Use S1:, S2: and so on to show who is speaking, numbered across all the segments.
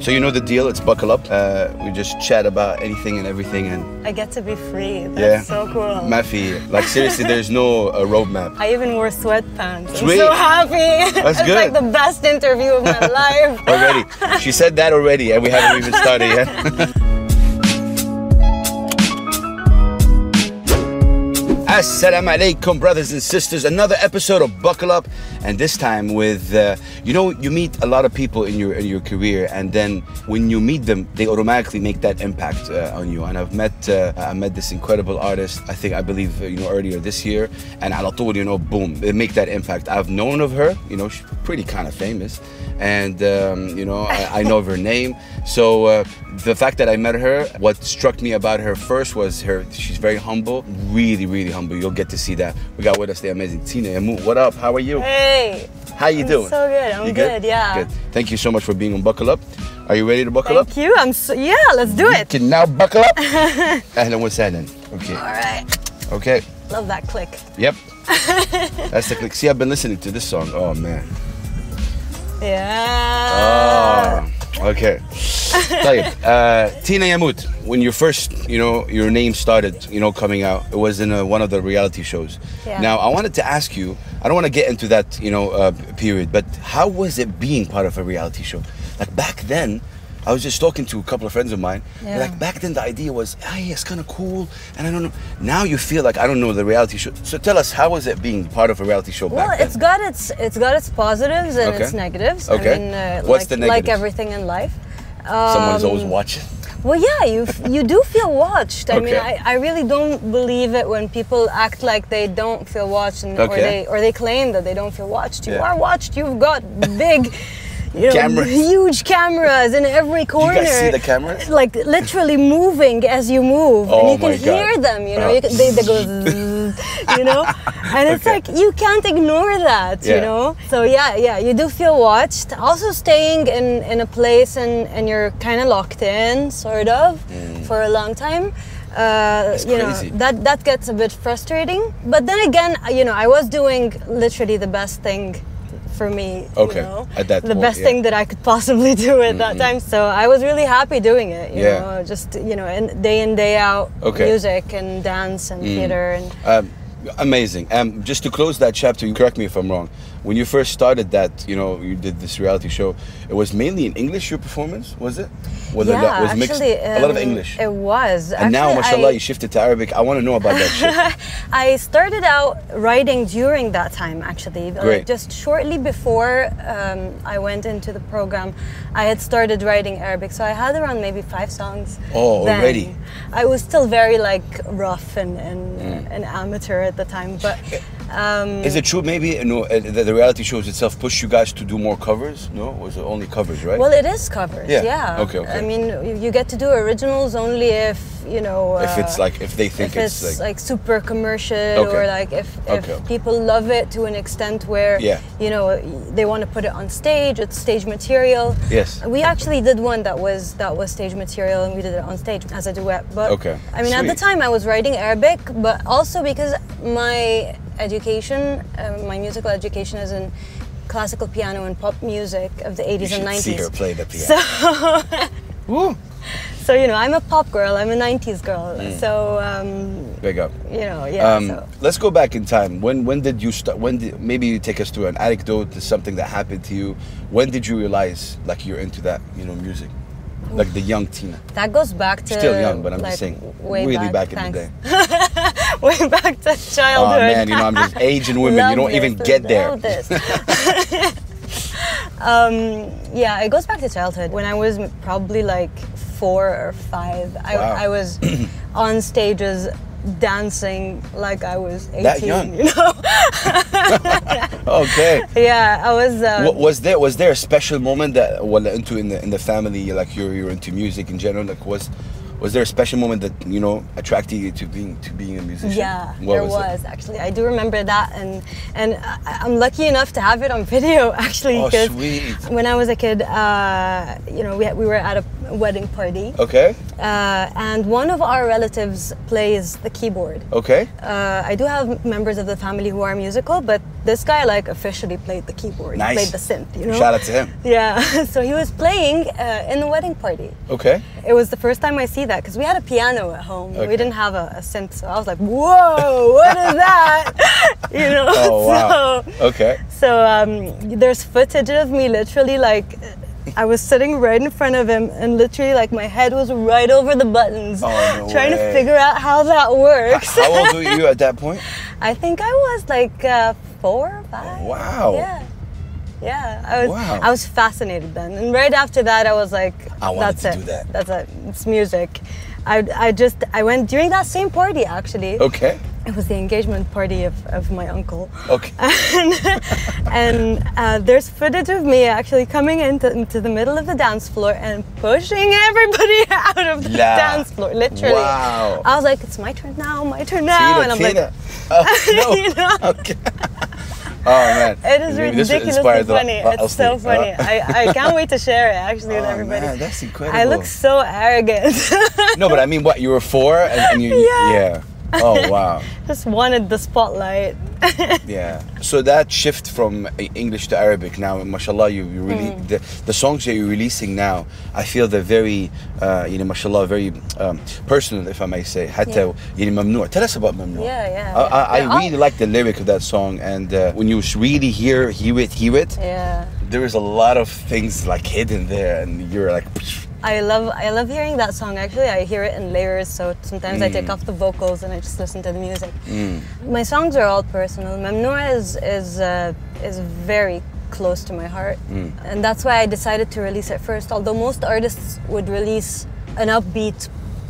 S1: So you know the deal. It's buckle up. Uh, we just chat about anything and everything, and
S2: I get to be free. That's
S1: Yeah.
S2: so cool.
S1: Mafi, like seriously, there's no uh, roadmap.
S2: I even wore sweatpants.
S1: Sweet.
S2: I'm so happy.
S1: That's
S2: it's
S1: good.
S2: like the best interview of my life.
S1: Already, she said that already, and we haven't even started yet. Assalamu alaikum, brothers and sisters. Another episode of Buckle Up, and this time with uh, you know you meet a lot of people in your in your career, and then when you meet them, they automatically make that impact uh, on you. And I've met uh, I met this incredible artist. I think I believe uh, you know earlier this year, and على طول, you know boom they make that impact. I've known of her, you know she's pretty kind of famous, and um, you know I, I know of her name. So uh, the fact that I met her, what struck me about her first was her she's very humble, really really humble. You'll get to see that. We got with us the amazing Tina Yamu. What up? How are you?
S2: Hey.
S1: How you
S2: I'm
S1: doing?
S2: So good. I'm
S1: You
S2: good? Yeah.
S1: Good. Thank you so much for being on Buckle Up. Are you ready to buckle
S2: Thank
S1: up?
S2: you. I'm so yeah. Let's do it.
S1: Can now buckle up. اهلا وسهلا. Okay.
S2: All right.
S1: Okay.
S2: Love that click.
S1: Yep. That's the click. See, I've been listening to this song. Oh man. Oh.
S2: Yeah.
S1: Ah, okay. طيب, uh, Tina Yamut, when you first, you know, your name started, you know, coming out, it was in uh one of the reality shows.
S2: Yeah.
S1: Now, I wanted to ask you, I don't want to get into that, you know, uh, period, but how was it being part of a reality show? Like back then, I was just talking to a couple of friends of mine. they're
S2: Yeah.
S1: Like back then, the idea was, hey, it's kind of cool, and I don't know. Now you feel like I don't know the reality show. So tell us, how was it being part of a reality show
S2: Well,
S1: back then?
S2: it's got its it's got its positives and
S1: Okay.
S2: its negatives.
S1: Okay.
S2: I mean, uh,
S1: What's
S2: like,
S1: the
S2: like
S1: negatives?
S2: everything in life.
S1: Someone's always
S2: Um,
S1: watching.
S2: Well, yeah, you f- you do feel watched. I mean,
S1: Okay.
S2: I, I really don't believe it when people act like they don't feel watched, and, or
S1: Okay.
S2: they or they claim that they don't feel watched. You
S1: Yeah.
S2: are watched. You've got big. You know,
S1: Cameras.
S2: huge cameras in every corner.
S1: see the cameras?
S2: Like literally moving as you move, and
S1: Oh
S2: you can
S1: my God.
S2: hear them. You know,
S1: Uh.
S2: you can, they, they go, zzzz, you know, and it's
S1: Okay.
S2: like you can't ignore that. You
S1: Yeah.
S2: know, so yeah, yeah, you do feel watched. Also, staying in in a place and and you're kind of locked in, sort of, for a long time. Uh, you
S1: Mm. crazy.
S2: know that that gets a bit frustrating. But then again, you know, I was doing literally the best thing for me.
S1: Okay,
S2: You know?
S1: at that
S2: the
S1: point,
S2: best
S1: yeah.
S2: thing that I could possibly do at that time. So I was really happy doing it. You
S1: Mm-hmm. Yeah.
S2: know, just you know, in, day in day out,
S1: Okay. Mm.
S2: music and dance and theater and.
S1: Um, amazing. Um, just to close that chapter, you correct me if I'm wrong. When you first started that, you know, you did this reality show. It was mainly in English. Your performance was it? Was it
S2: yeah,
S1: was
S2: actually,
S1: mixed? a lot of
S2: um,
S1: English.
S2: It was.
S1: and now,
S2: Actually,
S1: mashallah,
S2: I-
S1: you shifted to Arabic. I want to know about that shit.
S2: I started out writing during that time, actually.
S1: Great.
S2: Like just shortly before um, I went into the program, I had started writing Arabic. So I had around maybe five songs.
S1: Oh,
S2: then.
S1: already.
S2: I was still very like rough and and,
S1: Mm.
S2: and amateur at the time, but um,
S1: Is it true? Maybe you know, uh, that the reality shows itself pushed you guys to do more covers. No, was it only covers, right?
S2: well, it is covers.
S1: Yeah.
S2: Yeah.
S1: Okay, okay.
S2: I mean, you- you get to do originals only if you know.
S1: if it's
S2: uh,
S1: like, if they think
S2: if it's, like, super commercial
S1: Okay.
S2: or like if, if
S1: Okay, okay.
S2: people love it to an extent where
S1: Yeah.
S2: you know they want to put it on stage it's stage material
S1: Yes.
S2: we actually did one that was that was stage material and we did it on stage as a duet but
S1: Okay,
S2: i mean at the
S1: sweet.
S2: time i was writing arabic but also because my education uh, my musical education is in classical piano and pop music of the 80s
S1: you
S2: and
S1: should
S2: 90s
S1: see her play the piano. Woo.
S2: so you know i'm a pop girl i'm a 90s girl so um,
S1: Big up.
S2: you know yeah
S1: Mm. Um,
S2: so.
S1: Let's go back in time. When when did you start? When did maybe you take us through an anecdote to something that happened to you? When did you realize like you're into that you know music, like the young Tina?
S2: That goes back to
S1: Still young, but I'm
S2: like,
S1: just saying,
S2: way
S1: really back,
S2: back,
S1: in the day.
S2: thanks. way back to
S1: Oh
S2: childhood.
S1: man, you know I'm just aging women. you
S2: Love
S1: don't even
S2: this,
S1: get there.
S2: love this. um, yeah, it goes back to childhood. When I was m- probably like four or five, I,
S1: Wow.
S2: I was on stages dancing like I was 18.
S1: That young?
S2: You know?
S1: Okay.
S2: yeah, I was. Um,
S1: What, was there was there a special moment that well into in the in the family like you're you're into music in general like was was there a special moment that you know attracted you to being to being a musician?
S2: Yeah,
S1: What
S2: there was,
S1: was, it?
S2: actually. I do remember that, and and I, I'm lucky enough to have it on video actually.
S1: Oh,
S2: 'cause
S1: sweet.
S2: When I was a kid, uh, you know, we, had- we were at a wedding party,
S1: Okay.
S2: uh, and one of our relatives plays the keyboard.
S1: Okay.
S2: Uh, I do have members of the family who are musical, but this guy like officially played the keyboard.
S1: Nice.
S2: He played the synth, you know.
S1: Shout out to him.
S2: Yeah, so he was playing uh, in the wedding party.
S1: Okay.
S2: It was the first time I see that because we had a piano at home.
S1: Okay.
S2: We didn't have a, a synth, so I was like, "Whoa, what is that?" you know.
S1: Oh wow.
S2: So,
S1: okay.
S2: so um, there's footage of me literally like I was sitting right in front of him and literally like my head was right over the buttons,
S1: Oh, no
S2: trying
S1: way.
S2: to figure out how that works.
S1: How old were you at that point?
S2: I think I was like uh, four, five.
S1: Wow.
S2: Yeah. Yeah, I was
S1: Wow.
S2: I was fascinated then, and right after that, I was like,
S1: I wanted
S2: "That's
S1: to
S2: it.
S1: do that."
S2: That's it. It's music." I, I just I went during that same party actually.
S1: Okay.
S2: It was the engagement party of, of my uncle.
S1: Okay.
S2: and, and uh, there's footage of me actually coming into, into the middle of the dance floor and pushing everybody out of the
S1: La.
S2: dance floor, literally.
S1: Wow.
S2: I was like, it's my turn now, my turn now,
S1: Tina,
S2: and I'm
S1: Tina.
S2: like,
S1: Oh, no.
S2: you know,
S1: Okay. Oh man.
S2: it is
S1: Maybe this will
S2: ridiculously
S1: inspire the-
S2: funny.
S1: I'll
S2: it's so
S1: sleep.
S2: funny. I, I can't wait to share it actually with
S1: Oh,
S2: everybody.
S1: man, that's
S2: I
S1: incredible.
S2: look so arrogant.
S1: no, but I mean, what you were four, and, and you,
S2: Yeah.
S1: yeah. Oh wow,
S2: Just wanted the spotlight.
S1: yeah. So that shift from uh, English to Arabic now, mashallah, you, you really
S2: Mm.
S1: the, the songs that you're releasing now. I feel they're very, uh, you know, mashallah, very um, personal, if I may say. Hatta you know, Mamnu. Tell us about Mamnu.
S2: Yeah, yeah,
S1: I, I,
S2: yeah.
S1: I really like the lyric of that song, and uh, when you really hear hear it, hear it,
S2: yeah.
S1: there is a lot of things like hidden there, and you're like, psh,
S2: I love I love hearing that song. Actually, I hear it in layers. So sometimes I
S1: Mm.
S2: take off the vocals and I just listen to the music. My songs are all personal. Mamnoor is is uh, is very close to my heart,
S1: Mm.
S2: and that's why I decided to release it first. Although most artists would release an upbeat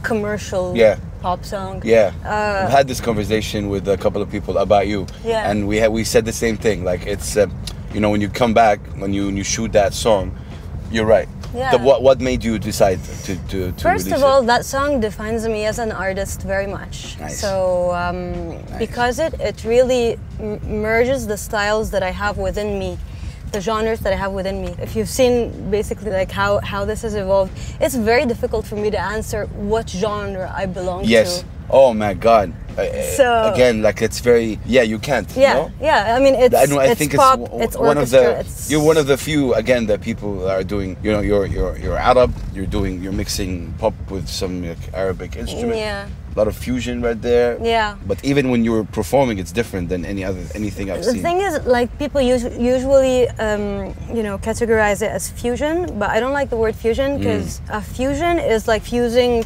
S2: commercial
S1: Yeah.
S2: pop song.
S1: Yeah,
S2: Uh,
S1: I've had this conversation with a couple of people about you,
S2: Yeah.
S1: and we had we said the same thing. Like it's, uh, you know, when you come back, when you when you shoot that song, you're right.
S2: Yeah.
S1: The, what what made you decide to to, to
S2: First
S1: release
S2: of
S1: it?
S2: all, that song defines me as an artist very much.
S1: Nice.
S2: So um, because it it really m- merges the styles that I have within me, the genres that I have within me. If you've seen basically like how how this has evolved, it's very difficult for me to answer what genre I belong
S1: Yes.
S2: to.
S1: Oh my God. I- I-
S2: So-
S1: again, like it's very yeah. You can't.
S2: Yeah,
S1: No?
S2: yeah. I mean, it's
S1: I know. I
S2: it's
S1: think
S2: pop,
S1: it's,
S2: it's
S1: one of
S2: orchestra,
S1: the
S2: it's
S1: you're one of the few again that people are doing. You know, you're you're you're Arab. You're doing you're mixing pop with some like, Arabic instrument.
S2: Yeah.
S1: A lot of fusion right there.
S2: Yeah.
S1: But even when you're performing, it's different than any other anything I've
S2: The
S1: seen.
S2: thing is, like people us- usually, um, you know, categorize it as fusion, but I don't like the word fusion
S1: Mm.
S2: because a fusion is like fusing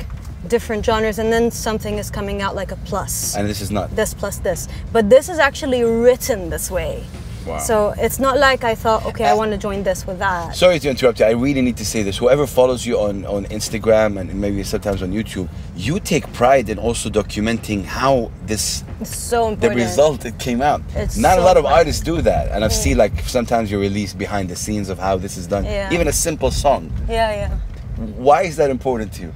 S2: different genres, and then something is coming out like a plus,
S1: and this is not.
S2: this plus this. But this is actually written this way,
S1: Wow. Uh,
S2: so it's not like I thought, okay, I want to join this with that.
S1: Sorry to interrupt you. I really need to say this. Whoever follows you on, on Instagram and maybe sometimes on YouTube, you take pride in also documenting how this
S2: It's so
S1: the
S2: important.
S1: result it came out.
S2: It's
S1: Not a
S2: so
S1: lot of
S2: important.
S1: artists do that, and I've seen like sometimes you release behind the scenes of how this is done.
S2: Yeah.
S1: Even a simple song.
S2: Yeah, yeah.
S1: Why is that important to you?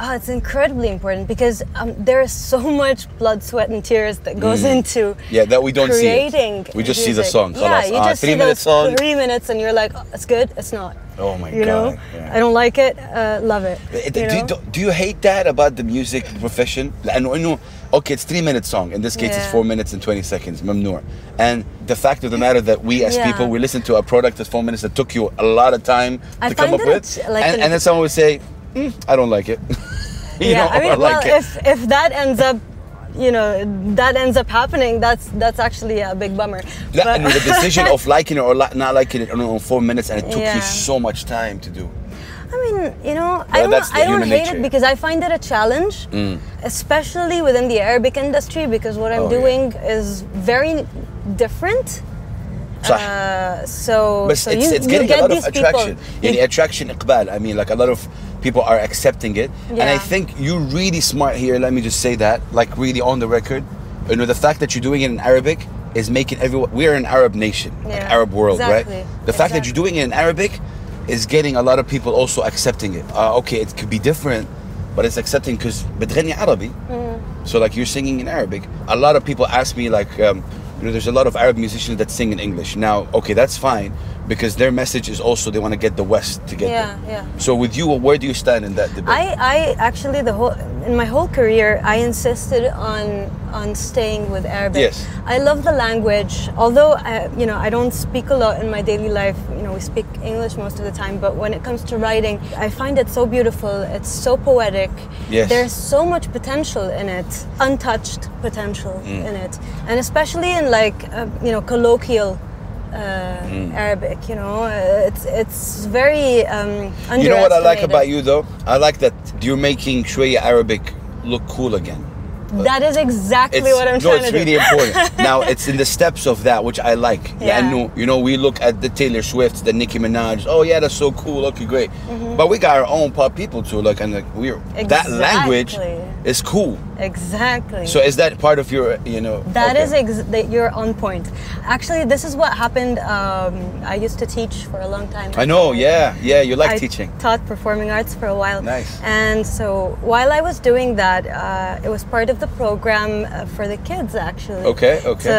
S2: Oh, it's incredibly important because um, there is so much blood, sweat, and tears that goes into
S1: Mm. Yeah, that we don't see it.
S2: creating.
S1: We just see the
S2: music.
S1: song,
S2: Yeah,
S1: خلاص.
S2: you
S1: Ah,
S2: just see
S1: three-minute
S2: those
S1: song.
S2: three minutes, and you're like, "Oh, it's good, it's not.
S1: Oh my
S2: you know,
S1: God, yeah.
S2: I don't like it, uh, love it.
S1: Do-
S2: you
S1: do, you,
S2: know?
S1: do- do you hate that about the music profession? لأنه إنه okay, it's three minute song. In this case, it's
S2: Yeah.
S1: four minutes and twenty seconds. ممنوع. And the fact of the matter that we as
S2: Yeah.
S1: people we listen to a product that's four minutes that took you a lot of time
S2: I
S1: to come
S2: find
S1: up
S2: that
S1: with,
S2: it's like
S1: and,
S2: an-
S1: and then someone would say, "Mm, I don't like it. you
S2: yeah,
S1: know,
S2: I mean,
S1: or like it.
S2: well, if if that ends up, you know, that ends up happening, that's that's actually a big bummer.
S1: That-
S2: But-
S1: and the decision of liking it or li- not liking it on, on four minutes, and it took you
S2: Yeah.
S1: so much time to do.
S2: I mean, you know, I don't,
S1: that's the
S2: I don't
S1: human
S2: hate
S1: nature. Mm.
S2: it because I find it a challenge, especially within the Arabic industry because what I'm
S1: Oh, yeah.
S2: doing is very different.
S1: صح.
S2: Uh, so,
S1: But
S2: so
S1: it's,
S2: you,
S1: it's
S2: you
S1: getting
S2: get
S1: a lot
S2: these
S1: of attraction.
S2: people.
S1: يعني attraction إقبال. I mean, like a lot of people are accepting it. And I
S2: Yeah.
S1: think you're really smart here. Let me just say that, like really on the record. You know, the fact that you're doing it in Arabic is making everyone. We're an Arab nation, like
S2: Yeah.
S1: Arab world,
S2: Exactly.
S1: right? The fact that you're doing it in Arabic is getting a lot of people also accepting it. Uh, okay, it could be different, but it's accepting because بتغني عربي.
S2: Mm.
S1: So like you're singing in Arabic. A lot of people ask me like, um, you know, there's a lot of Arab musicians that sing in English. Now, okay, that's fine, because their message is also they want to get the West to get
S2: Yeah,
S1: them.
S2: yeah.
S1: So with you, where do you stand in that debate?
S2: I, I actually the whole in my whole career I insisted on on staying with Arabic.
S1: Yes.
S2: I love the language, although I, you know I don't speak a lot in my daily life. You know we speak English most of the time, but when it comes to writing, I find it so beautiful. It's so poetic.
S1: Yes.
S2: There's so much potential in it, untouched potential
S1: Mm.
S2: in it, and especially in like uh, you know colloquial. Uh,
S1: Mm.
S2: Arabic, you know, uh, it's it's very um,
S1: you know what I like
S2: underestimated.
S1: about you though? I like that you're making Shreya Arabic look cool again.
S2: That is exactly
S1: It's-
S2: what I'm
S1: no,
S2: trying
S1: it's
S2: to
S1: really
S2: do.
S1: important. Now it's in the steps of that which I like.
S2: Yeah.
S1: And you know, we look at the Taylor Swifts, the Nicki Minaj. Oh yeah, that's so cool. Okay, great. But we got our own pop people too. Like and like we're that language
S2: Mm-hmm. Exactly.
S1: is cool.
S2: Exactly.
S1: So is that part of your you know?
S2: that
S1: okay.
S2: is ex- that you're on point. Actually, this is what happened. Um, I used to teach for a long time.
S1: I know. Yeah, yeah. You like
S2: I
S1: teaching.
S2: taught performing arts for a while.
S1: Nice.
S2: And so while I was doing that, uh, it was part of the program uh, for the kids actually.
S1: Okay, okay.
S2: To,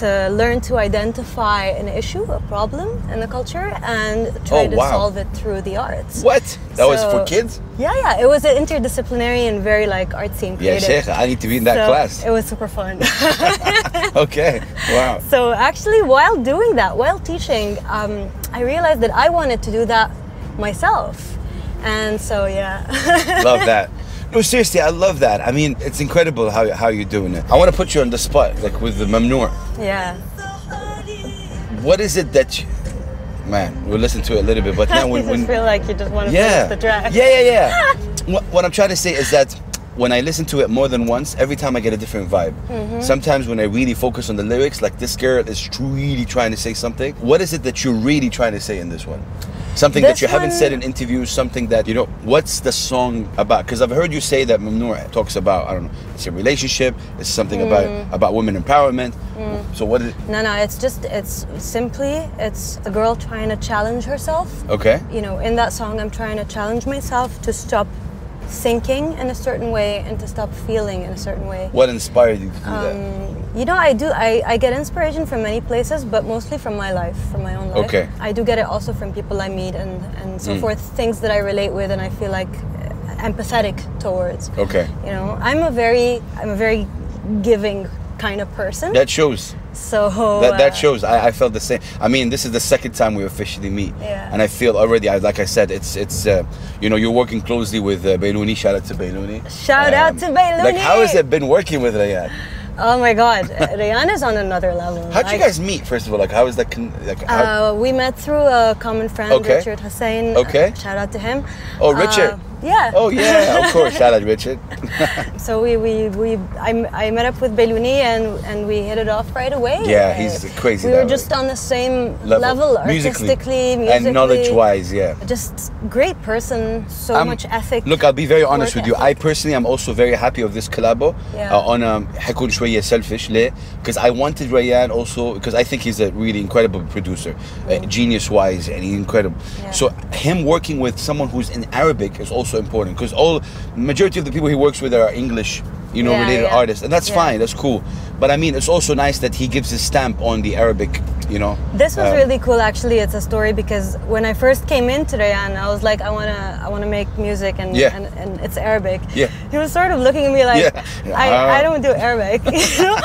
S2: to learn to identify an issue, a problem in the culture, and try
S1: Oh,
S2: to
S1: wow.
S2: solve it through the arts.
S1: What? That was for
S2: So-
S1: kids.
S2: Yeah, yeah. It was an interdisciplinary and very like artsy and
S1: Yeah,
S2: creative.
S1: Sheikh, I need to be in that
S2: so
S1: class.
S2: It was super fun.
S1: Okay. Wow.
S2: so actually, while doing that, while teaching, um, I realized that I wanted to do that myself, and so yeah.
S1: love that. No, seriously, I love that. I mean, it's incredible how, how you're doing it. I want to put you on the spot, like with the Mamnoor.
S2: yeah.
S1: What is it that you. Man, we'll listen to it a little bit, but now
S2: you
S1: when.
S2: just
S1: when
S2: feel like you just want to
S1: yeah.
S2: finish the track.
S1: Yeah, yeah, yeah. what, what I'm trying to say is that when I listen to it more than once, every time I get a different vibe.
S2: Mm-hmm.
S1: Sometimes when I really focus on the lyrics, like this girl is tr- really trying to say something. What is it that you're really trying to say in this one? Something that
S2: This
S1: you haven't
S2: one-
S1: said in interviews, something that, you know, what's the song about? Because I've heard you say that Mamnoor talks about, I don't know, it's a relationship, it's something
S2: Mm.
S1: about about women empowerment. So what is
S2: No, no. It's just it's simply it's a girl trying to challenge herself
S1: Okay.
S2: you know, in that song, I'm trying to challenge myself to stop thinking in a certain way and to stop feeling in a certain way.
S1: What inspired you to do that?
S2: You know, I do, I, I get inspiration from many places, but mostly from my life, from my own life.
S1: Okay. Mm.
S2: I do get it also from people I meet and, and so forth, things that I relate with and I feel like uh, empathetic towards.
S1: Okay.
S2: You know, I'm a very, I'm a very giving kind of person.
S1: That shows.
S2: so
S1: That,
S2: uh,
S1: that shows. I, I felt the same. I mean, this is the second time we officially meet,
S2: Yeah.
S1: and I feel already. I, like I said, it's it's uh, you know you're working closely with uh, Beiluni. Shout out to Beiluni.
S2: Shout out to Beiluni.
S1: Like, how has it been working with Rayad?
S2: Oh my God, Rihanna's on another level.
S1: How'd you
S2: Like,
S1: guys meet? First of all, like how is that? Con- like, how-
S2: Uh, we met through a common friend,
S1: Okay.
S2: Richard Hussein.
S1: Okay.
S2: Uh, shout out to him.
S1: Oh, Richard.
S2: Uh, yeah.
S1: oh yeah, of course. Shout out Richard.
S2: So we we, we I, m- I met up with Beluni and and we hit it off right away.
S1: Yeah,
S2: Uh,
S1: he's crazy
S2: We
S1: that
S2: were
S1: way.
S2: just on the same level,
S1: Level.
S2: artistically, musically,
S1: and knowledge-wise, yeah.
S2: Just great person, so
S1: I'm-
S2: much ethic.
S1: Look, I'll be very honest
S2: work
S1: with you. I
S2: ethic.
S1: personally am also very happy of this collabo.
S2: Yeah.
S1: Uh, on um, حكون شوية selfish ليه? Because I wanted Rayan also because I think he's a really incredible producer, uh, genius wise and incredible.
S2: Yeah.
S1: So him working with someone who's in Arabic is also important because all majority of the people he works with are English, you know,
S2: Yeah,
S1: related
S2: yeah.
S1: artists, and that's
S2: Yeah.
S1: fine, that's cool. But I mean, it's also nice that he gives his stamp on the Arabic, you know.
S2: This was
S1: um,
S2: really cool. Actually, it's a story because when I first came into Rayan, I was like, I wanna, I wanna make music, and
S1: Yeah.
S2: and, and it's Arabic.
S1: Yeah.
S2: He was sort of looking at me like,
S1: Yeah.
S2: I,
S1: Ah.
S2: I don't do Arabic. you know?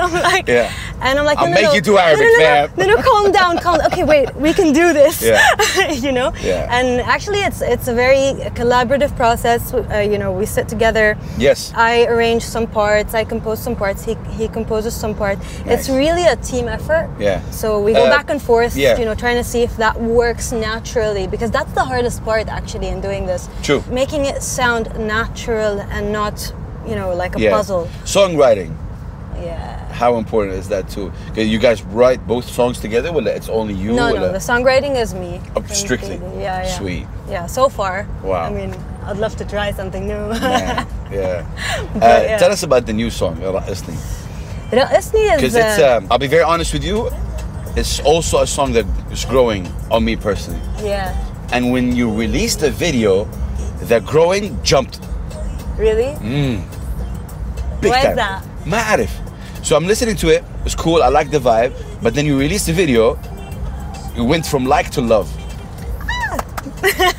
S2: I'm like,
S1: Yeah.
S2: And I'm like,
S1: I'll
S2: no, no,
S1: make
S2: no.
S1: you do Arabic,
S2: no, no, no,
S1: fam."
S2: no, no, no, calm down, calm. Okay, wait, we can do this.
S1: Yeah.
S2: you know.
S1: Yeah.
S2: And actually, it's it's a very collaborative process. Uh, you know, we sit together.
S1: Yes.
S2: I arrange some parts. I compose some parts. He, he composes some parts. It's
S1: Nice.
S2: really a team effort.
S1: Yeah.
S2: So we go
S1: Uh,
S2: back and forth.
S1: yeah.
S2: You know, trying to see if that works naturally because that's the hardest part actually in doing this.
S1: True.
S2: Making it sound natural and not, you know, like a puzzle.
S1: Songwriting.
S2: Yeah.
S1: How important is that too? 'Cause You guys write both songs together, or it's only you? uh,
S2: No,
S1: or
S2: no. The songwriting is me.
S1: Oh, strictly.
S2: Yeah, yeah.
S1: Sweet.
S2: Yeah. So far.
S1: Wow.
S2: I mean, I'd love to try something new.
S1: Man, yeah. Uh,
S2: But, yeah.
S1: Tell us about the new song, Ra'isni.
S2: Ra'asni is.
S1: Because
S2: uh,
S1: it's, um, I'll be very honest with you, it's also a song that is growing on me personally.
S2: yeah.
S1: And when you released the video, the growing jumped
S2: Really?
S1: big
S2: Why is
S1: time.
S2: that?
S1: Ma'arif. So I'm listening to it, it's cool, I like the vibe, but then you release the video, You went from like to love.
S2: Ah.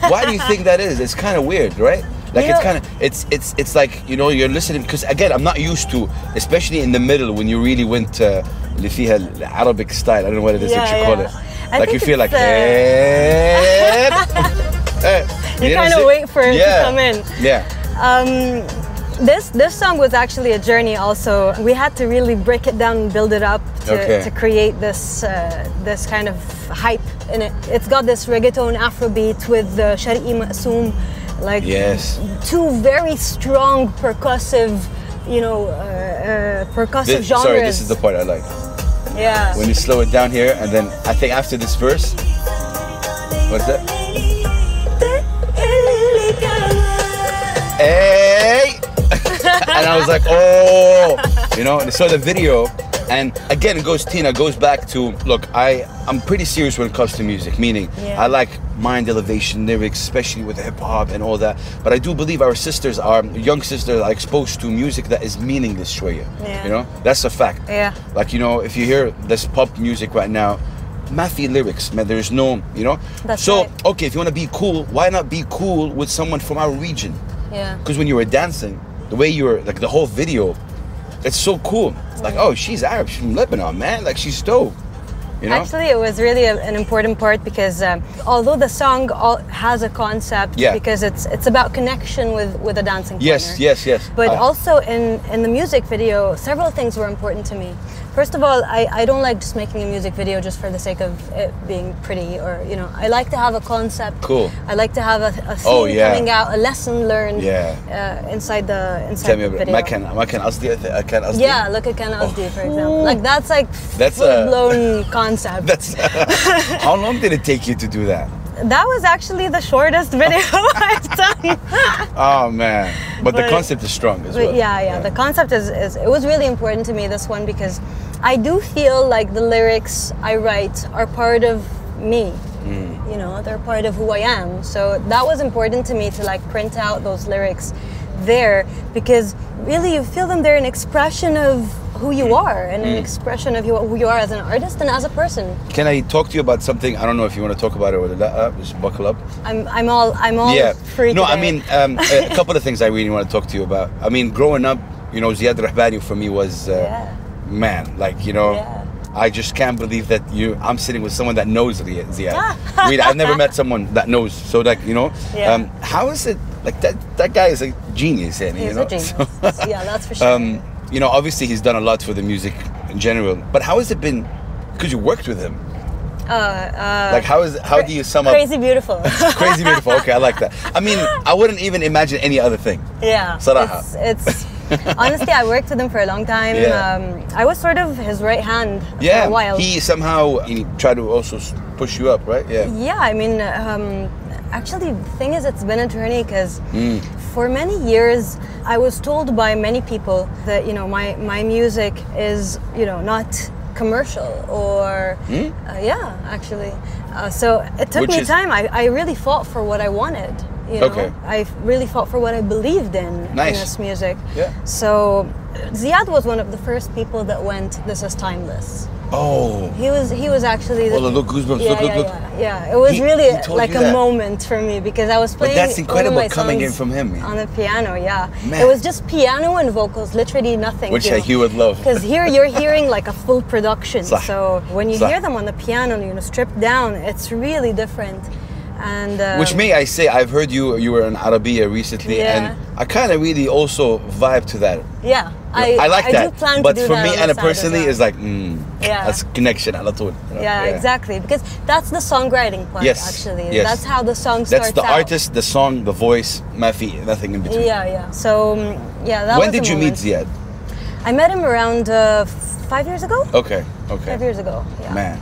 S1: Why do you think that is? It's kind of weird, right? Like
S2: You
S1: it's
S2: know-
S1: kind of it's it's it's like you know you're listening because again I'm not used to especially in the middle when you really went uh, to اللي فيها Arabic style I don't know what it is
S2: Yeah,
S1: that you
S2: yeah.
S1: call it
S2: I
S1: like
S2: think
S1: you feel like
S2: it's, uh,
S1: eh, eh.
S2: You
S1: know,
S2: kinda
S1: so-
S2: wait for him to
S1: Yeah.
S2: come in.
S1: yeah
S2: Um, this this song was actually a journey. Also, we had to really break it down and build it up to,
S1: Okay.
S2: to create this uh, this kind of hype in it. It's got this reggaeton Afrobeat with the Shari'i Ma'soom, like
S1: Yes.
S2: two very strong percussive, you know, uh, uh, percussive
S1: This-
S2: genres.
S1: sorry this is the part I like
S2: yeah.
S1: when you slow it down here and then I think after this verse what's that hey and i was like oh you know and so the video and again it goes tina goes back to look i i'm pretty serious when it comes to music meaning
S2: Yeah.
S1: i like mind elevation lyrics especially with hip-hop and all that but i do believe our sisters our young sisters are exposed to music that is meaningless Shreya.
S2: Yeah.
S1: you know that's a fact
S2: Yeah.
S1: like you know if you hear this pop music right now mathy lyrics man there's no you know
S2: That's
S1: so
S2: right.
S1: okay if you want to be cool why not be cool with someone from our region
S2: yeah.
S1: because when you were dancing, the way you were, like the whole video, it's so cool. Like, oh, she's Arab. She's from Lebanon, man. Like, she's dope. You know?
S2: Actually, it was really a, an important part because um, although the song all, has a concept,
S1: Yeah.
S2: because it's it's about connection with with a dancing
S1: yes, Uh-huh.
S2: partner.
S1: yes, Uh, yes.
S2: But
S1: I-
S2: also in in the music video, several things were important to me. First of all, I, I don't like just making a music video just for the sake of it being pretty or you know. I like to have a concept.
S1: Cool.
S2: I like to have a, a scene
S1: Oh, yeah.
S2: coming out, a lesson learned.
S1: Yeah.
S2: Uh, inside the inside
S1: tell me
S2: the
S1: about
S2: video.
S1: ما كان ما كان قصدي I can قصدي
S2: Yeah, look at Ken Osdi, for example. Like that's like
S1: Oh. That's a-
S2: full blown concept.
S1: That's how long did it take you to do that?
S2: That was actually the shortest video I've done.
S1: Oh man! But, the
S2: But-
S1: concept is strong as well.
S2: But yeah, yeah, the concept is, is it was really important to me this one because I do feel like the lyrics I write are part of me.
S1: Hmm.
S2: You know, they're part of who I am. So that was important to me to like print out those lyrics there because really you feel them they're an expression of who you
S1: Hmm.
S2: are and an expression of you, who you are as an artist and as a person.
S1: Can I talk to you about something? I don't know if you want to talk about it or not. Uh, Just buckle up.
S2: I'm I'm all I'm all
S1: yeah.
S2: free
S1: no, I
S2: today.
S1: mean um, a a couple of things I really want to talk to you about. I mean, growing up, you know, Ziad Rahbani for me was uh,
S2: Yeah.
S1: man, like you know.
S2: Yeah.
S1: I just can't believe that you. I'm sitting with someone that knows Ria- Ziad. Really, I've never met someone that knows. So, like you know, um,
S2: Yeah.
S1: how is it? Like that. That guy is a genius, and
S2: He's
S1: you know,
S2: a genius.
S1: So-
S2: yeah, that's for sure.
S1: um, you know, obviously he's done a lot for the music in general. But how has it been? Because you worked with him.
S2: uh, uh,
S1: Like, how is? How do you sum up?
S2: crazy beautiful.
S1: Crazy beautiful. Okay, I like that. I mean, I wouldn't even imagine any other thing.
S2: yeah.
S1: صراحة.
S2: It's, it's honestly, I worked with him for a long time.
S1: Yeah.
S2: Um, I was sort of his right hand
S1: Yeah,
S2: for a while.
S1: he somehow he tried to also s- push you up, right? Yeah.
S2: yeah, I mean, um, actually, the thing is, it's been a journey because
S1: Mm.
S2: for many years, I was told by many people that you know my my music is you know not commercial or uh, yeah, actually. Uh, so it
S1: Hmm?
S2: took
S1: Which
S2: me
S1: is-
S2: time. I, I really fought for what I wanted. You know,
S1: Okay.
S2: I really fought for what I believed in in
S1: Nice.
S2: this music.
S1: Yeah.
S2: So Ziad was one of the first people that went. This is timeless.
S1: Oh,
S2: He was he was actually the,
S1: Oh, look, goosebumps,
S2: Yeah,
S1: look, look,
S2: yeah,
S1: look.
S2: Yeah, yeah. It was
S1: He-
S2: really
S1: he told
S2: like
S1: you
S2: a
S1: that.
S2: moment for me because I was playing
S1: that's
S2: one of
S1: incredible
S2: my
S1: coming in
S2: songs
S1: from him, yeah.
S2: on the piano, yeah.
S1: Man.
S2: It was just piano and vocals, literally nothing.
S1: Which he would love.
S2: Because here you're hearing like a full production.
S1: صح.
S2: So when you
S1: صح.
S2: hear them on the piano, you know, stripped down, it's really different. And um,
S1: which may I say, I've heard you you were in Arabia recently,
S2: Yeah.
S1: and I kind of really also vibe to that.
S2: yeah, I,
S1: like that.
S2: do plan
S1: but
S2: to do
S1: for
S2: that
S1: me,
S2: on the
S1: Anna
S2: side as
S1: personally,
S2: well.
S1: is like, mm,
S2: Yeah.
S1: that's connection, على طول, you know?
S2: yeah, exactly. Because that's the songwriting part,
S1: Yes,
S2: actually.
S1: yes.
S2: That's how the song starts.
S1: That's the
S2: out.
S1: artist, the song, the voice, Mafi, nothing in between.
S2: Yeah, yeah. So, um, yeah, that
S1: when
S2: was a
S1: did you
S2: moment.
S1: meet Ziad?
S2: I met him around uh, five years ago.
S1: Okay, okay.
S2: Five years ago. Yeah.
S1: Man.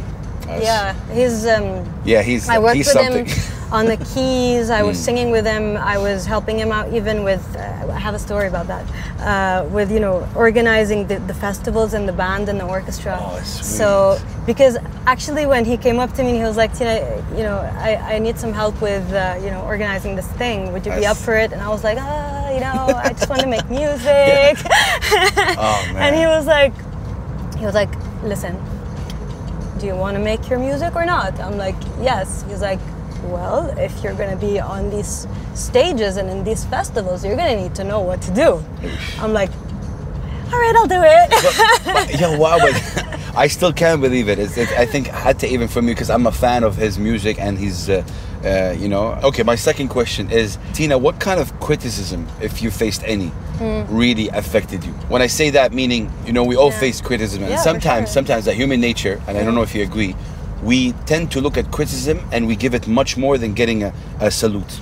S1: that's-
S2: Yeah, he's. Um,
S1: Yeah, he's,
S2: I worked
S1: he's
S2: with
S1: something. Hmm.
S2: him on the keys. I was singing with him. I was helping him out even with. Uh, I have a story about that. Uh, with you know organizing the, the festivals and the band and the orchestra.
S1: Oh, sweet.
S2: So because actually when he came up to me and he was like, Tina, you know, I, I need some help with uh, you know organizing this thing. Would you be
S1: Nice.
S2: up for it? And I was like, ah, you know, I just want to make music.
S1: oh, man.
S2: And he was like, he was like, listen, do you want to make your music or not? I'm like, yes. He's like, well, if you're going to be on these stages and in these festivals, you're going to need to know what to do. I'm like, all right, I'll do it.
S1: yeah, wow, but I still can't believe it. It's, it I think had to even for me because I'm a fan of his music and he's, uh, uh, you know. Okay, my second question is Tina, what kind of criticism, if you faced any, really affected you? When I say that, meaning you know we all
S2: Hmm. Yeah.
S1: face criticism, and
S2: Yeah, for
S1: sometimes,
S2: sure.
S1: sometimes that human nature, and I don't know if you agree. We tend to look at criticism and we give it much more than getting a, a salute.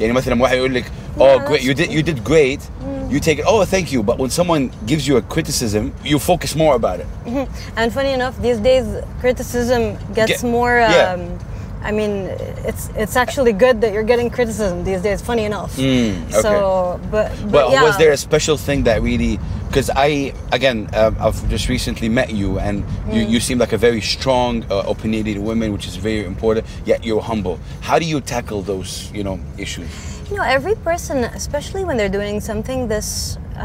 S1: يعني مثلا واحد يقول لك oh
S2: Yeah, Mm.
S1: great you did you did great you take it oh thank you but when someone gives you a criticism you focus more about it
S2: and funny enough, these days criticism gets
S1: Get-
S2: more. Um,
S1: yeah.
S2: I mean, it's it's actually good that you're getting criticism these days. Funny enough. So, but but
S1: Mm, Well,
S2: yeah.
S1: was there a special thing that really? Because I, again, um, I've just recently met you, and you,
S2: Mm.
S1: you seem like a very strong, uh, opinionated woman, which is very important. Yet you're humble. How do you tackle those, you know, issues?
S2: You know, every person, especially when they're doing something this uh,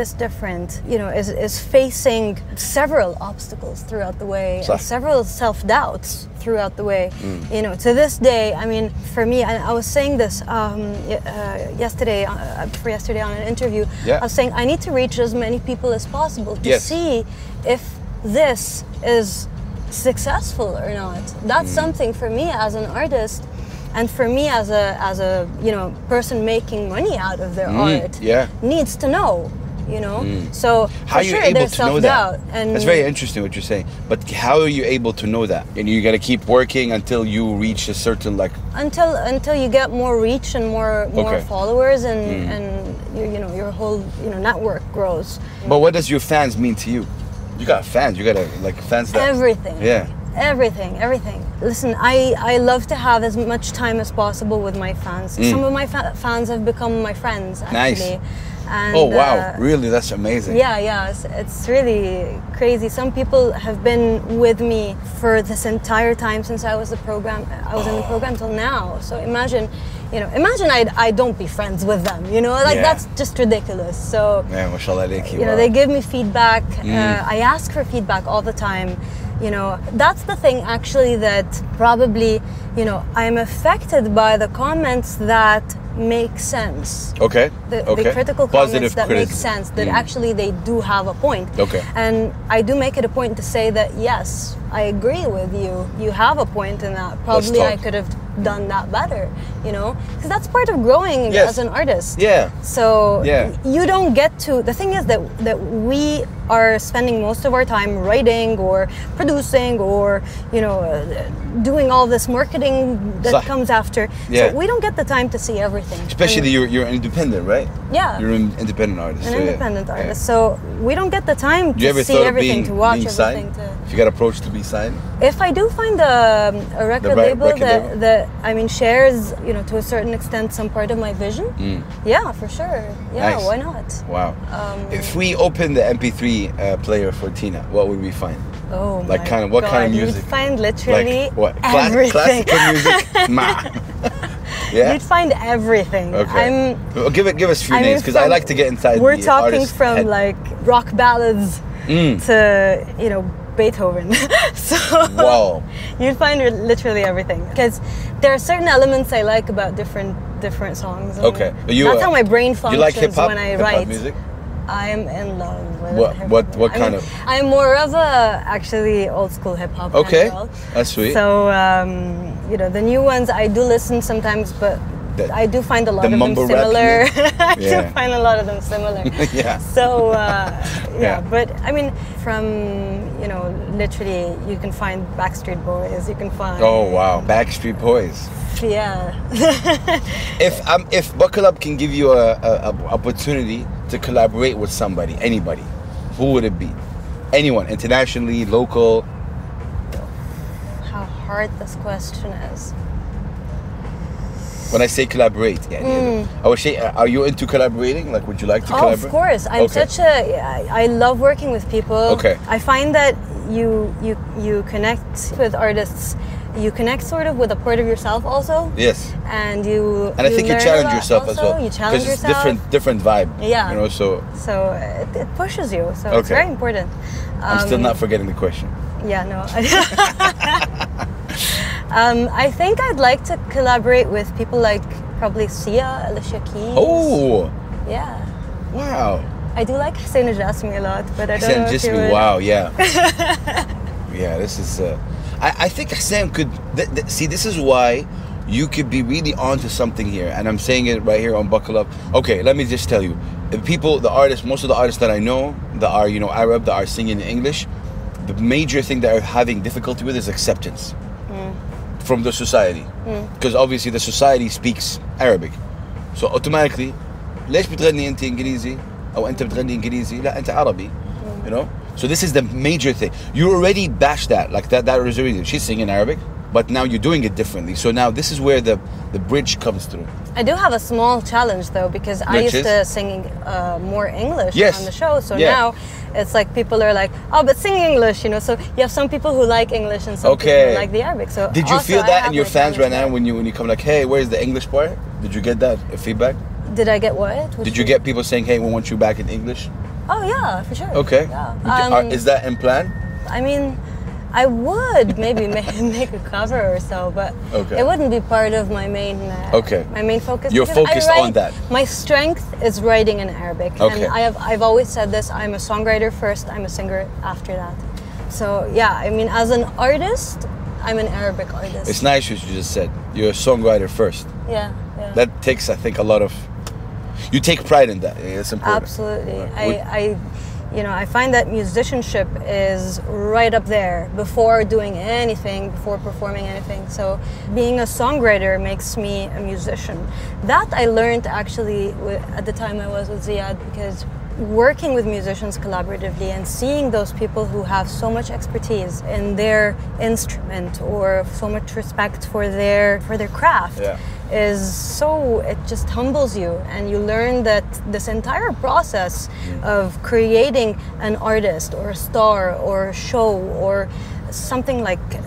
S2: this different, you know, is, is facing several obstacles throughout the way,
S1: صح.
S2: and several self doubts throughout the way. You know, to this day, I mean, for me, I, I was saying this um, y- uh, yesterday, uh, for yesterday on an interview.
S1: Yeah.
S2: I was saying I need to reach as many people as possible to
S1: Yes.
S2: see if this is successful or not. That's
S1: Mm.
S2: something for me as an artist and for me as a as a you know person making money out of their art
S1: Mm, yeah. Mm.
S2: needs to know, you know. So
S1: How
S2: for
S1: you
S2: sure
S1: able
S2: there's
S1: to know
S2: self
S1: that?
S2: doubt and
S1: That's very e- interesting what you're saying. But how are you able to know that? And you got to keep working until you reach a certain like.
S2: until until you get more reach and more more
S1: Okay. Mm.
S2: followers and and you, you know your whole you know network grows.
S1: But what does your fans mean to you? You got fans. You got to like fans that.
S2: Everything.
S1: Yeah.
S2: Everything, everything. Listen, I, I love to have as much time as possible with my fans. Some of my fa- fans have become my friends,
S1: Mm. Nice.
S2: actually. And,
S1: oh wow!
S2: uh,
S1: really, that's amazing.
S2: yeah, yeah, it's, it's really crazy. Some people have been with me for this entire time since I was the program. I was
S1: Oh.
S2: in the program till now. So imagine, you know, imagine I, I don't be friends with them. You know, like
S1: Yeah.
S2: that's just ridiculous. So
S1: Yeah, mashallah عليك,
S2: you know
S1: wow. Mm.
S2: they give me feedback uh, i ask for feedback all the time you know that's the thing actually that probably you know i'm affected by the comments that make sense
S1: Okay.
S2: the,
S1: okay.
S2: the critical
S1: Positive Mm.
S2: comments that make
S1: criticism.
S2: sense that actually they do have a point
S1: Okay.
S2: and i do make it a point to say that yes i agree with you you have a point in that probably i
S1: talk.
S2: could have done that better you know because that's part of growing
S1: Yes.
S2: as an artist
S1: Yeah.
S2: so
S1: Yeah.
S2: you don't get to the thing is that that we are spending most of our time writing or producing or you know uh, doing all this marketing that
S1: صح.
S2: comes after.
S1: Yeah.
S2: So we don't get the time to see everything.
S1: Especially you're, you're independent, right?
S2: Yeah.
S1: You're an independent artist.
S2: an
S1: so yeah.
S2: independent
S1: Yeah.
S2: artist. So we don't get the time
S1: Do you
S2: to
S1: ever
S2: see
S1: thought of
S2: everything,
S1: being,
S2: to watch
S1: being signed?
S2: everything. To,
S1: If you got approached to be signed?
S2: if I do find a, a record
S1: right-
S2: label
S1: record
S2: that,
S1: label.
S2: that I mean shares, you know, to a certain extent, some part of my vision, yeah, for sure. Yeah,
S1: Mm. Nice.
S2: why not?
S1: Wow.
S2: Um,
S1: if we open the MP3 uh, player for Tina, what would we find?
S2: Oh
S1: Like
S2: my
S1: kind of- what
S2: God.
S1: kind of music?
S2: You'd find literally
S1: like what? Cla-
S2: everything.
S1: classical music? Ma. yeah?
S2: You'd find everything.
S1: Okay.
S2: I'm.
S1: Well, give it. Give us a few
S2: I mean,
S1: names because I
S2: from-
S1: like to get inside.
S2: We're
S1: the
S2: talking
S1: artist's
S2: from
S1: head. Mm.
S2: like rock ballads to you know Beethoven. so
S1: Wow.
S2: you'd find r- literally everything because there are certain elements I like about different different songs. and
S1: Okay. You,
S2: that's
S1: uh,
S2: how my brain
S1: You
S2: functions
S1: like hip hop?
S2: when I
S1: hip-hop
S2: write.
S1: music?
S2: I'm in love with
S1: What-
S2: hip-hop.
S1: what- what
S2: I mean,
S1: kind of-
S2: I'm more of a actually old school hip hop.
S1: Okay,
S2: As well.
S1: that's sweet.
S2: So um, you know the new ones I do listen sometimes, but
S1: The-
S2: I do find a lot
S1: the
S2: of them
S1: mumble rap
S2: similar. I
S1: Yeah.
S2: do find a lot of them similar.
S1: Yeah.
S2: So uh,
S1: Yeah.
S2: yeah, but I mean from you know literally you can find Backstreet Boys, you can find
S1: Oh wow! Backstreet Boys.
S2: yeah.
S1: If um, if Buckle Up can give you a, a, a opportunity to collaborate with somebody, anybody, who would it be? Anyone, internationally, local.
S2: How hard this question is.
S1: When I say collaborate, yeah, yeah. I would say, uh, are you into collaborating? Like, would you like to
S2: Mm. Oh,
S1: collaborate?
S2: of course. I'm
S1: Okay.
S2: such a. I, I love working with people.
S1: Okay.
S2: I find that you you you connect with artists. You connect sort of with a part of yourself also.
S1: Yes,
S2: And you.
S1: and I think you
S2: learn a
S1: challenge
S2: lot
S1: yourself as
S2: also.
S1: well
S2: You challenge
S1: it's
S2: yourself.
S1: different, different vibe.
S2: Yeah.
S1: you know. So
S2: So it, it pushes you. So it's
S1: Okay.
S2: very important.
S1: I'm still
S2: Um,
S1: not forgetting the question.
S2: Yeah, no. um, I think I'd like to collaborate with people like probably Sia, Alicia Keys.
S1: Oh,
S2: Yeah.
S1: wow.
S2: I do like Hussein Jasmi a lot, but I don't
S1: Hassan
S2: know if you
S1: Jismi,
S2: would.
S1: wow, yeah. yeah, this is. Uh, I, I think Hassan could. Th- th- see, this is why you could be really onto something here, and I'm saying it right here on Buckle Up. Okay, let me just tell you. The people, the artists, most of the artists that I know that are, you know, Arab, that are singing in English, the major thing that are having difficulty with is acceptance
S2: Mm.
S1: from the society. Because obviously the society speaks Arabic. So automatically ليش بتغني انت انجليزي او انت بتغني انجليزي لا انت عربي you know so this is the major thing you already bashed that like that that was already she's singing Arabic but now you're doing it differently so now this is where the the bridge comes through
S2: I do have a small challenge though because I
S1: Which
S2: used
S1: is?
S2: to sing uh, more English
S1: Yes.
S2: on the show, so
S1: Yeah.
S2: now it's like people are like, oh, but sing English, you know. So you have some people who like English and some people
S1: Okay.
S2: who like the Arabic. So
S1: did you
S2: also
S1: feel
S2: I
S1: that in
S2: have
S1: your
S2: my
S1: fans right
S2: challenge
S1: now
S2: there.
S1: when you when you come like hey where's the English part did you get that feedback
S2: Did I get what? Which
S1: did you
S2: one?
S1: get people saying hey we want you back in English
S2: Oh yeah, for sure.
S1: okay
S2: Yeah.
S1: Would you-
S2: Um,
S1: are- is that in plan
S2: I mean, I would maybe make, make a cover or so, but
S1: Okay.
S2: it wouldn't be part of my main. Uh,
S1: Okay.
S2: My main focus.
S1: You're
S2: because I
S1: focused on
S2: write-
S1: that.
S2: My strength is writing in Arabic,
S1: Okay.
S2: and I have I've always said this. I'm a songwriter first. I'm a singer after that. So yeah, I mean, as an artist, I'm an Arabic artist.
S1: it's nice what you just said you're a songwriter first
S2: yeah. Yeah.
S1: That takes, I think, a lot of. You take pride in that. It's important.
S2: Absolutely.
S1: Right. Would-
S2: I, I, you know, I find that musicianship is right up there before doing anything, before performing anything. So being a songwriter makes me a musician. That I learned actually wi- at the time I was with Ziad because working with musicians collaboratively and seeing those people who have so much expertise in their instrument or so much respect for their for their craft
S1: Yeah.
S2: is so it just humbles you and you learn that this entire process of creating an artist or a star or a show or something like uh,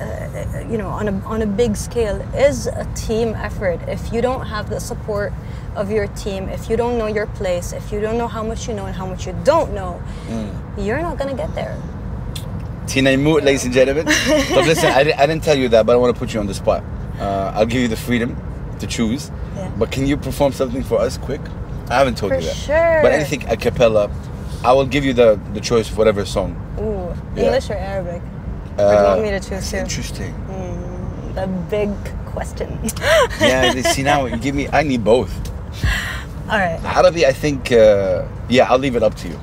S2: you know on a, on a big scale is a team effort if you don't have the support of your team if you don't know your place if you don't know how much you know and how much you don't know you're not going to get there
S1: Tina Moot, ladies and gentlemen. but listen, I, di- I didn't tell you that, but I want to put you on the spot. Uh, I'll give you the freedom to choose.
S2: Yeah.
S1: But can you perform something for us quick? I haven't told
S2: For
S1: you that.
S2: sure.
S1: But anything a cappella, I will give you the, the choice of whatever song.
S2: ooh
S1: Yeah. Uh,
S2: english or arabic or do you want me to choose
S1: It's
S2: too
S1: interesting.
S2: the big question
S1: yeah, they- see now, you give me, I need both.
S2: all right
S1: Arabi, I think, uh, yeah, I'll leave it up to you.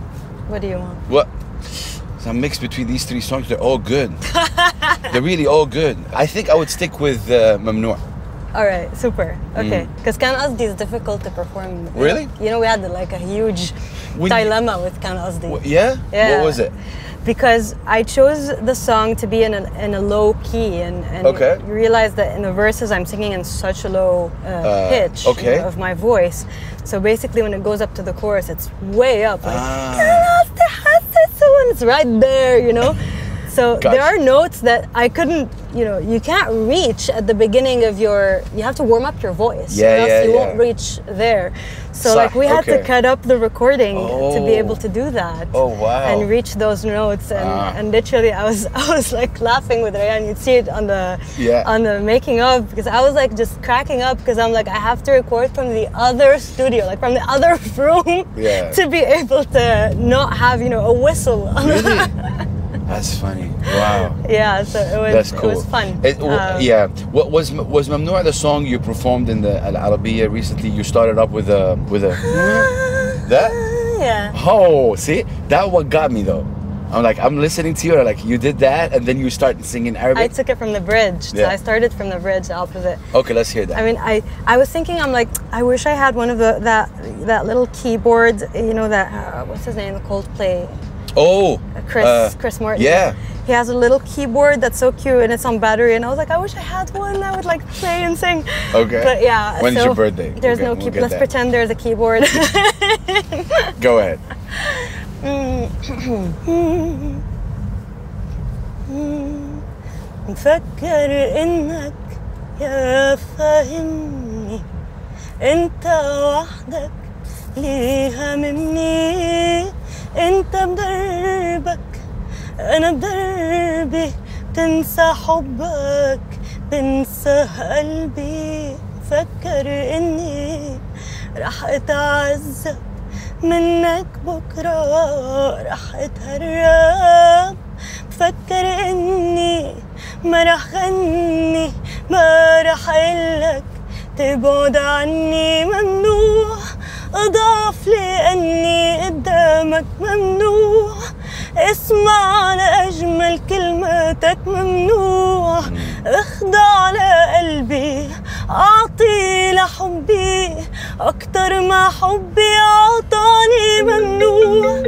S2: what do you want
S1: What? It's a mix between these three songs. They're all good. They're really all good. I think I would stick with uh, Mamnoor.
S2: All right, super. Okay, because Can Azdi is difficult to perform.
S1: Mm. Really?
S2: You know, we had like a huge
S1: When you-
S2: dilemma with Can Azdi.
S1: Wh- Yeah?
S2: Yeah.
S1: What was it?
S2: Because I chose the song to be in a, in a low key, and, and
S1: Okay.
S2: you realize that in the verses I'm singing in such a low uh, pitch you
S1: okay.
S2: know, of my voice. So basically, when it goes up to the chorus, it's way up. Like,
S1: Ah.
S2: and it's right there, you know? So
S1: Gotcha.
S2: there are notes that I couldn't, you know, you can't reach at the beginning of your. You have to warm up your voice,
S1: Yeah,
S2: or else
S1: yeah,
S2: you
S1: yeah.
S2: won't reach there. So
S1: Sa-
S2: like we had
S1: okay.
S2: to cut up the recording to be
S1: Oh.
S2: able to do that.
S1: Oh, wow.
S2: And reach those notes, and,
S1: Ah.
S2: and literally I was I was like laughing with Rayan. You'd see it on the
S1: Yeah.
S2: on the making of because I was like just cracking up because I'm like I have to record from the other studio, like from the other room,
S1: Yeah.
S2: to be able to not have you know a whistle. on the-
S1: Really? That's funny. Wow.
S2: yeah, so it was
S1: That's cool.
S2: it was fun.
S1: It- w-
S2: Um,
S1: yeah. What was M- was Mamnoor the song you performed in the Al Arabiya recently? You started up with a with a That?
S2: Yeah.
S1: Oh, see? That what got me though. I'm like, I'm listening to you, and I'm like you did that, and then you start singing
S2: I
S1: Arabic.
S2: took it from the bridge. So
S1: Yeah.
S2: I started from the bridge opposite.
S1: okay, let's hear that.
S2: I mean, I, I was thinking, I'm like, I wish I had one of the that that little keyboard, you know, that uh, what's his name, the Coldplay,
S1: oh,
S2: Chris
S1: uh,
S2: Chris Martin.
S1: Yeah.
S2: He has a little keyboard that's so cute, and it's on battery. And I was like, I wish I had one that would like play and sing.
S1: Okay.
S2: But yeah.
S1: When's
S2: so
S1: your birthday? We'll
S2: There's
S1: get-
S2: no
S1: we'll
S2: keyboard.
S1: get
S2: Let's
S1: that.
S2: pretend there's a keyboard.
S1: Go ahead.
S2: مفكر انك يا فاهمني انت وحدك ليها مني انت بدربك أنا دربي تنسى حبك تنسى قلبي فكر إني رح أتعذب منك بكرة رح أتهرب بفكر إني ما رح غني ما رح قلك تبعد عني ممنوع أضعف لأني قدامك ممنوع اسمع لأجمل كلماتك ممنوع اخضع لقلبي أعطي لحبي أكتر ما حبي أعطاني ممنوع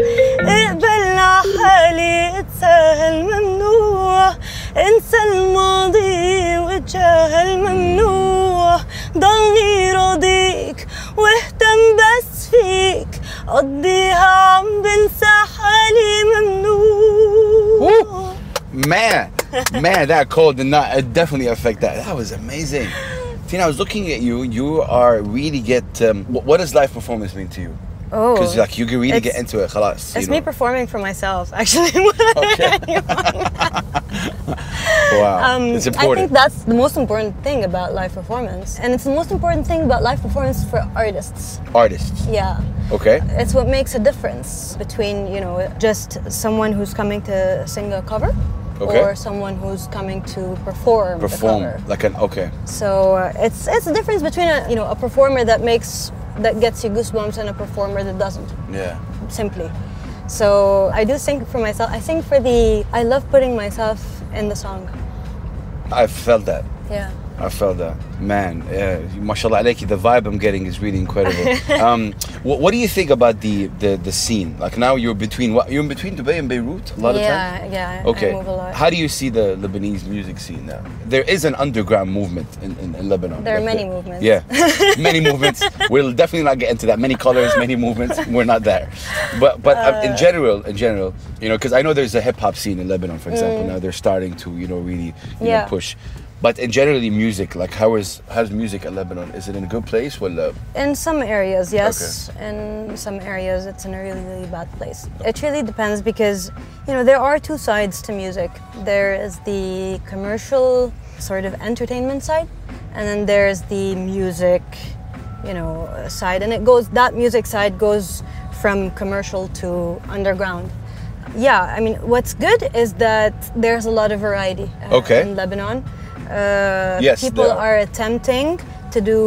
S2: اقبل حالي اتساهل ممنوع انسى الماضي وتجاهل ممنوع ضلني راضيك واهتم بس فيك قضيها عم بنسى حالي ممنوع
S1: Man, man, that cold did not it definitely affect that. That was amazing. Tina, I was looking at you. You are really get. Um, wh- what does live performance mean to you?
S2: Oh,
S1: Because like you can really get
S2: It's-
S1: into it. خلاص,
S2: it's
S1: you know.
S2: me performing for myself actually.
S1: wow,
S2: Um,
S1: it's
S2: I think
S1: important.
S2: that's the most important thing about live performance, and it's the most important thing about live performance for artists.
S1: Artists,
S2: Yeah,
S1: okay.
S2: it's what makes a difference between you know just someone who's coming to sing a cover.
S1: Okay.
S2: Or someone who's coming to perform,
S1: Perform
S2: the cover.
S1: like an okay.
S2: So uh, it's it's the difference between a you know a performer that makes that gets you goosebumps and a performer that doesn't
S1: Yeah.
S2: simply. So I do sing for myself. I sing for the I love putting myself in the song.
S1: I felt that.
S2: Yeah.
S1: I felt that. Man, yeah, mashallah alayki, the vibe I'm getting is really incredible. um, what, what do you think about the, the, the scene? Like now you're between, what, you're in between Dubai and Beirut a lot
S2: yeah,
S1: of time?
S2: yeah. I-
S1: Okay.
S2: I move a lot.
S1: How do you see the Lebanese music scene now? There is an underground movement in, in, in Lebanon.
S2: There are many
S1: the-
S2: movements.
S1: Yeah. many movements. We'll definitely not get into that. Many colors, many movements. We're not there. But but uh, in general, in general, you know, because I know there's a hip hop scene in Lebanon, for example. Now they're starting to, you know, really you
S2: Mm. Yeah.
S1: know, push. But in generally music, like how is how's music in Lebanon? Is it in a good place? Well, uh,
S2: In some areas, yes. In some areas, it's in a really, really bad place. It really depends because, you know, there are two sides to music. There is the commercial sort of entertainment side, and then there's the music, you know, uh, side. And it goes, that music side goes from commercial to underground. Yeah, I mean, what's good is that there's a lot of variety uh,
S1: Okay.
S2: in Lebanon. Uh,
S1: Yes,
S2: people
S1: there are.
S2: are attempting to do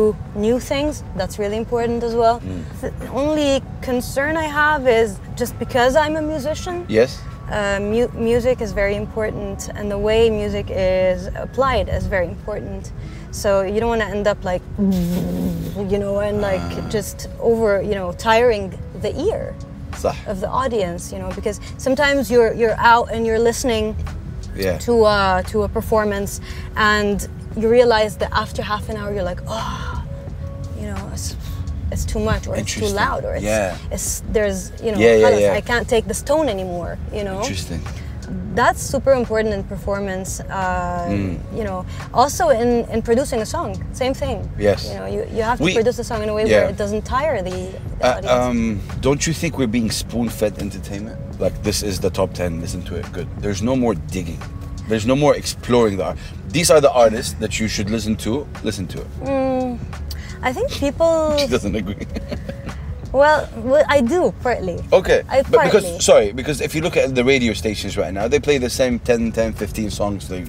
S2: new things. That's really important as well. The only concern I have is just because I'm a musician,
S1: yes.
S2: uh, mu- music is very important, and the way music is applied is very important. So you don't want to end up like, you know, and like just over, you know, tiring the ear
S1: صح.
S2: of the audience, you know, because sometimes you're you're out and you're listening
S1: Yeah.
S2: to a, to a performance and you realize that after half an hour you're like oh you know it's, it's too much or it's too
S1: Interesting.
S2: loud or it's,
S1: Yeah.
S2: it's there's you know
S1: Yeah, yeah,
S2: "Khalas,
S1: yeah.
S2: i can't take this tone anymore you know
S1: Interesting.
S2: that's super important in performance uh,
S1: Mm.
S2: you know also in, in producing a song same thing
S1: Yes.
S2: you know you, you have to
S1: We-
S2: produce a song in a way
S1: Yeah.
S2: where it doesn't tire the, the
S1: Uh,
S2: audience
S1: um, don't you think we're being spoon-fed entertainment? Like this is the top ten. Listen to it. Good. There's no more digging. There's no more exploring the art. These are the artists that you should listen to. Listen to it.
S2: i think people
S1: She doesn't agree.
S2: well, well i do partly
S1: okay.
S2: I
S1: but
S2: partly.
S1: because sorry, because if you look at the radio stations right now, they play the same 10, 10, 15 songs. They